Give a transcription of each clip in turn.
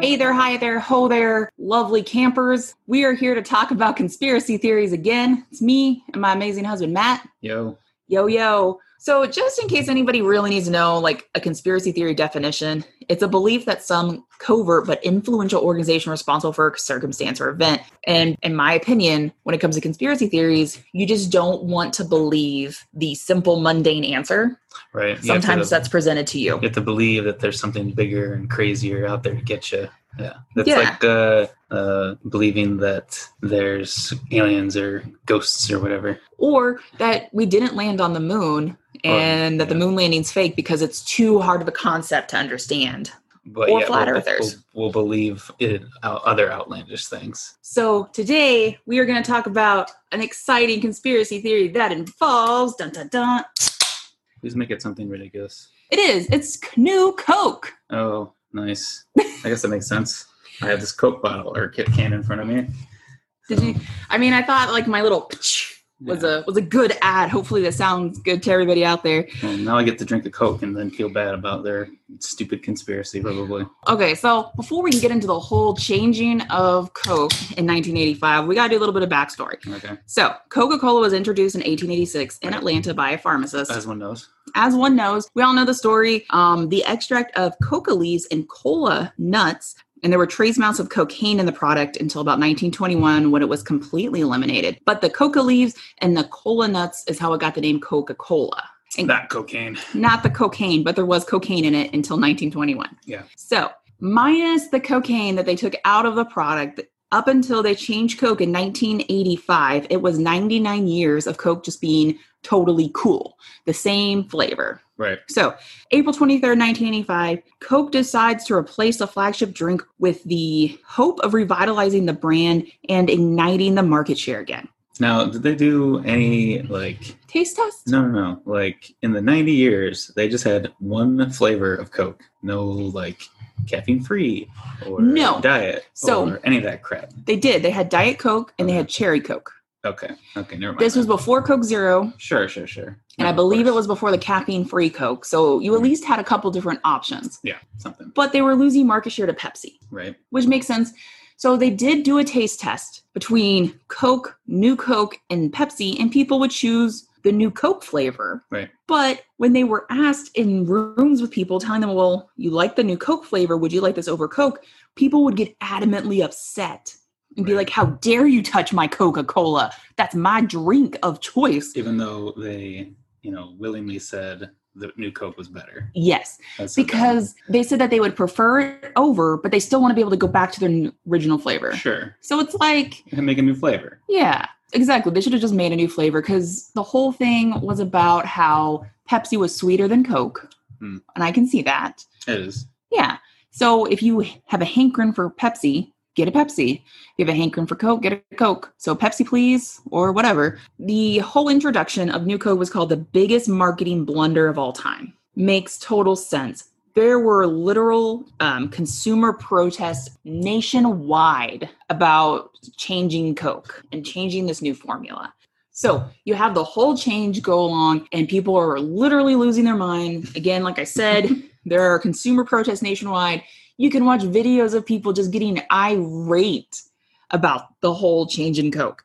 Hey there, hi there, ho there, lovely campers. We are here to talk about conspiracy theories again. It's me and my amazing husband, Matt. Yo. Yo, yo. So, just in case anybody really needs to know, like a conspiracy theory definition, it's a belief that some covert but influential organization responsible for a circumstance or event. And in my opinion, when it comes to conspiracy theories, you just don't want to believe the simple, mundane answer. Right. You have to- Sometimes that's presented to you. you have to believe that there's something bigger and crazier out there to get you. Yeah. That's Yeah. like uh, uh, believing that there's aliens or ghosts or whatever. or that we didn't land on the moon and that the Oh, yeah. moon landing's fake because it's too hard of a concept to understand. But Or yeah, flat we'll, earthers. We'll, we'll believe it, out, other outlandish things. So today we are going to talk about an exciting conspiracy theory that involves dun dun dun. Please make it something ridiculous. It is. It's new Coke. Oh, nice. I guess that makes sense. I have this Coke bottle or Kit can in front of me. Did you? I mean, I thought like my little was Yeah. a was a good ad. Hopefully that sounds good to everybody out there. Well, now I get to drink a Coke and then feel bad about their stupid conspiracy, probably. Okay, so before we can get into the whole changing of Coke in 1985, we got to do a little bit of backstory. Okay. So, Coca Cola was introduced in 1886 in Atlanta by a pharmacist. As one knows. As one knows, we all know the story. Um, the extract of coca leaves and cola nuts, and there were trace amounts of cocaine in the product until about 1921 when it was completely eliminated. But the coca leaves and the cola nuts is how it got the name Coca Cola. And- That cocaine. Not the cocaine, but there was cocaine in it until 1921. Yeah. So, minus the cocaine that they took out of the product, up until they changed Coke in 1985, it was 99 years of Coke just being totally cool, the same flavor. Right. So, April 23rd, 1985, Coke decides to replace the flagship drink with the hope of revitalizing the brand and igniting the market share again. Now, did they do any like Taste test? No, no, no. Like in the 90 years, they just had one flavor of Coke. No, like caffeine free or No. diet So- or any of that crap. They did. They had Diet Coke and they had Cherry Coke. Okay. Okay. Never mind. This was then. before Coke Zero, Sure, sure, sure. and No, I of believe it course. Mm-hmm. was before the caffeine free Coke. So, you at least had a couple different options, Yeah, something. but they were losing market share to Pepsi. Right. which makes sense. So they did do a taste test between Coke, New Coke, and Pepsi, and people would choose the New Coke flavor. Right. But when they were asked in rooms with people, telling them, well, you like the New Coke flavor, would you like this over Coke? People would get adamantly upset and be Right. like, how dare you touch my Coca Cola? That's my drink of choice. Even though they, you know, willingly said the new Coke was better. Yes, That's so dumb. because they said that they would prefer it over, but they still want to be able to go back to their n- original flavor. Sure. So it's like, Make a new flavor. Yeah, exactly. They should have just made a new flavor because the whole thing was about how Pepsi was sweeter than Coke. Hmm. And I can see that. It is. Yeah. So if you have a hankering for Pepsi, get a Pepsi. If you have a hankering for Coke, get a Coke. So Pepsi, please, or whatever. The whole introduction of New Coke was called the biggest marketing blunder of all time. Makes total sense. There were literal um, consumer protests nationwide about changing Coke and changing this new formula. So you have the whole change go along, and people are literally losing their mind. Again, like I said, there are consumer protests nationwide. You can watch videos of people just getting irate about the whole change in Coke.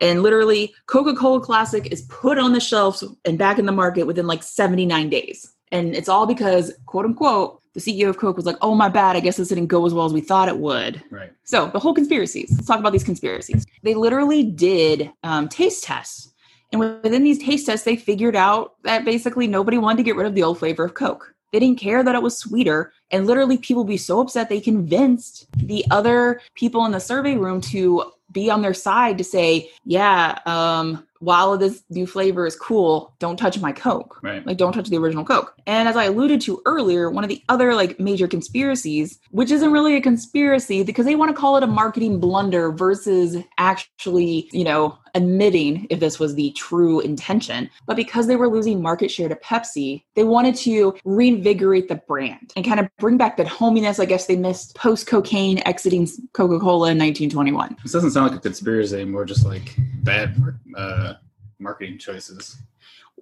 And literally, Coca Cola Classic is put on the shelves and back in the market within like 79 days. And it's all because, quote unquote, the CEO of Coke was like, oh, my bad. I guess this didn't go as well as we thought it would. Right. So the whole conspiracies. Let's talk about these conspiracies. They literally did um, taste tests, and within these taste tests, they figured out that basically nobody wanted to get rid of the old flavor of Coke. They didn't care that it was sweeter, and literally people would be so upset they convinced the other people in the survey room to be on their side to say, "Yeah, um, while this new flavor is cool, don't touch my Coke." Right. like don't touch the original coke and as i alluded to earlier one of the other like major conspiracies which isn't really a conspiracy because they want to call it a marketing blunder versus actually you know admitting if this was the true intention but because they were losing market share to pepsi they wanted to reinvigorate the brand and kind of bring back that hominess i guess they missed post cocaine exiting coca-cola in 1921 This doesn't sound like a conspiracy, more just like bad uh, marketing choices.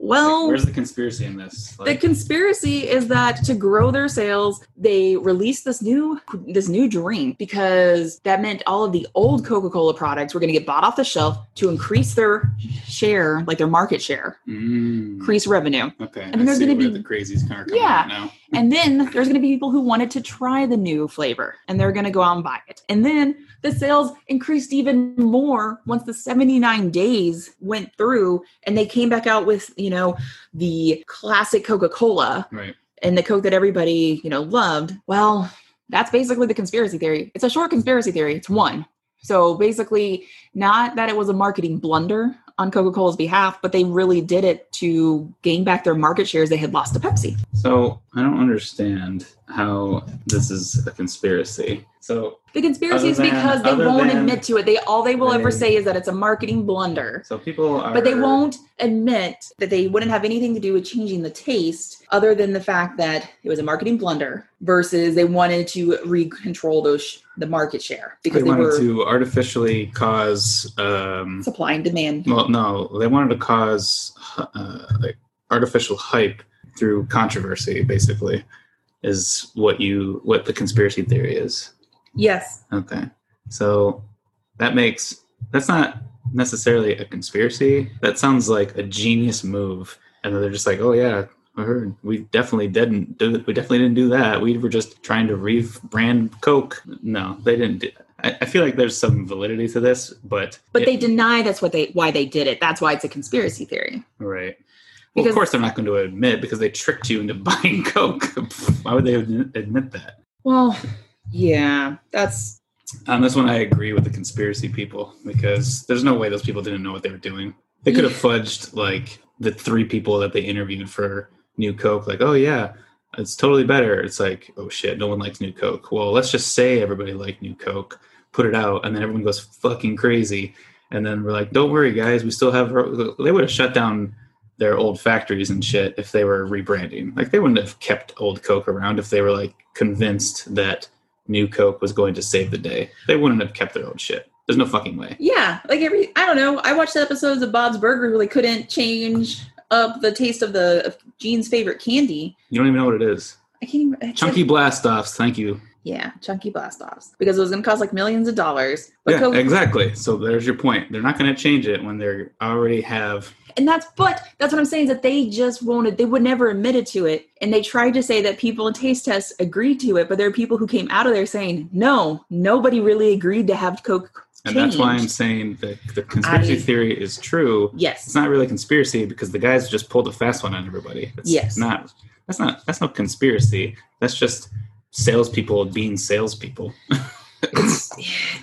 Well, Where's the conspiracy in this? Oh. the Like, conspiracy is that to grow their sales, they released this new this new drink because that meant all of the old Coca-Cola products were going to get bought off the shelf to increase their share, like their market share, Mm, increase revenue. okay. I mean, there's see gonna where be- the crazies are coming Yeah. out now. And then there's going to be people who wanted to try the new flavor and they're going to go out and buy it. And then the sales increased even more once the 79 days went through and they came back out with, you know, the classic Coca-Cola Right. and the Coke that everybody, you know, loved. Well, that's basically the conspiracy theory. It's a short conspiracy theory. It's one. So basically, not that it was a marketing blunder on Coca-Cola's behalf, but they really did it to gain back their market shares they had lost to Pepsi. So I don't understand how this is a conspiracy. So The conspiracy is Other than- because they other won't than- admit to it. They all they will ever They- say is that it's a marketing blunder. so people are But they won't admit that they wouldn't have anything to do with changing the taste other than the fact that it was a marketing blunder versus they wanted to recontrol those sh- the market share because they they, wanted were to artificially cause um supply and demand. well no they wanted to cause uh, like artificial hype through controversy basically is what you what the conspiracy theory is Yes. okay so that makes that's not necessarily a conspiracy that sounds like a genius move and then they're just like oh yeah I heard. We definitely didn't do. We definitely didn't do that. We were just trying to rebrand Coke. No, they didn't. Do, I, I feel like there's some validity to this, but But it- they deny that's what they why they did it. That's why it's a conspiracy theory. Right. Well, Because- of course they're not going to admit because they tricked you into buying Coke. Why would they ad- admit that? Well, yeah, that's On this one, Um, I agree with the conspiracy people because there's no way those people didn't know what they were doing. They could have Yeah. fudged like the three people that they interviewed for New Coke. Like, oh yeah, it's totally better. It's like, oh shit, no one likes New Coke. Well, let's just say everybody liked New Coke, put it out, and then everyone goes fucking crazy. And then we're like, don't worry, guys, we still have. They would have shut down their old factories and shit if they were rebranding. Like, they wouldn't have kept old Coke around if they were like convinced that new Coke was going to save the day. They wouldn't have kept their own shit. There's no fucking way. Yeah, like every I don't know. I watched the episodes of Bob's Burgers where they couldn't change up the taste of the of Gene's favorite candy. You don't even know what it is. I can't even Chunky blast offs. Thank you. Yeah, chunky blast offs because it was going to cost like millions of dollars. But Yeah, Coke, exactly. So there's your point. They're not going to change it when they already have. and that's but that's what I'm saying is that they just wanted they would never admitted to it, and they tried to say that people in taste tests agreed to it, but there are people who came out of there saying no, nobody really agreed to have Coke. And that's why I'm changed." saying that the conspiracy I- theory is true. It's yes, not really a conspiracy because the guys just pulled a fast one on everybody. It's Yes. Not. That's not. That's not conspiracy. That's just salespeople being salespeople.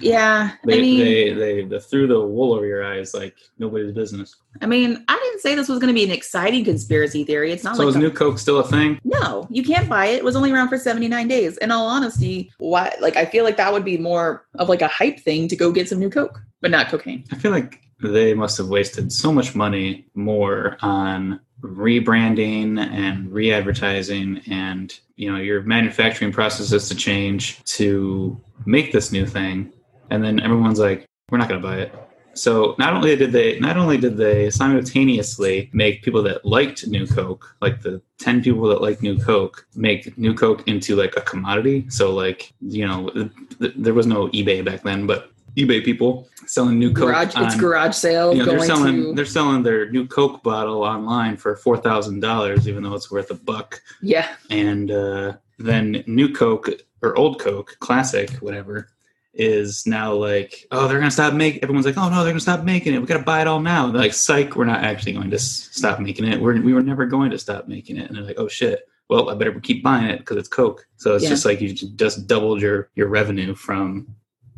yeah. They, I mean, they, they, they threw the wool over your eyes like nobody's business. I mean, I didn't say this was going to be an exciting conspiracy theory. It's not So like is the- New Coke still a thing? No, you can't buy it. It was only around for 79 days. In all honesty, why like I feel like that would be more of like a hype thing to go get some new coke, but not cocaine. I feel like they must have wasted so much money more on rebranding and re-advertising and you know your manufacturing processes to change to make this new thing and then everyone's like we're not going to buy it so not only did they not only did they simultaneously make people that liked new coke like the 10 people that liked new coke make new coke into like a commodity so like you know th- th- there was no ebay back then but ebay people selling new coke garage it's on- garage sale you know, going they're selling to they're selling their new coke bottle online for $4000 even though it's worth a buck Yeah. and uh, then new coke or old coke classic whatever is now like oh they're gonna stop making everyone's like oh no they're gonna stop making it we gotta buy it all now They're like psych we're not actually going to s- stop making it we're, we were never going to stop making it and they're like oh shit well i better keep buying it because it's coke so it's Yeah. just like you j- just doubled your your revenue from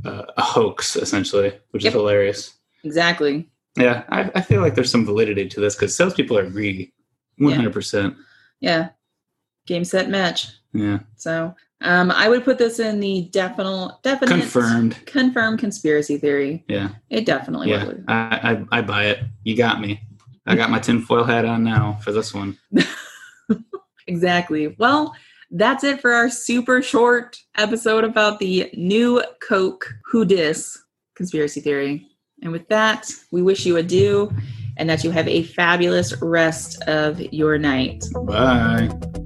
uh, a hoax essentially which Yep. is hilarious Exactly. yeah, I, I feel like there's some validity to this because salespeople are greedy, one hundred percent. Yeah. Game set match. Yeah, So um I would put this in the definite definite confirmed. confirm conspiracy theory. Yeah, It definitely yeah, would. I, I I buy it. You got me. I got my tinfoil hat on now for this one. Exactly. Well, that's it for our super short episode about the new Coke Who Dis conspiracy theory. And with that, we wish you adieu and that you have a fabulous rest of your night. Bye.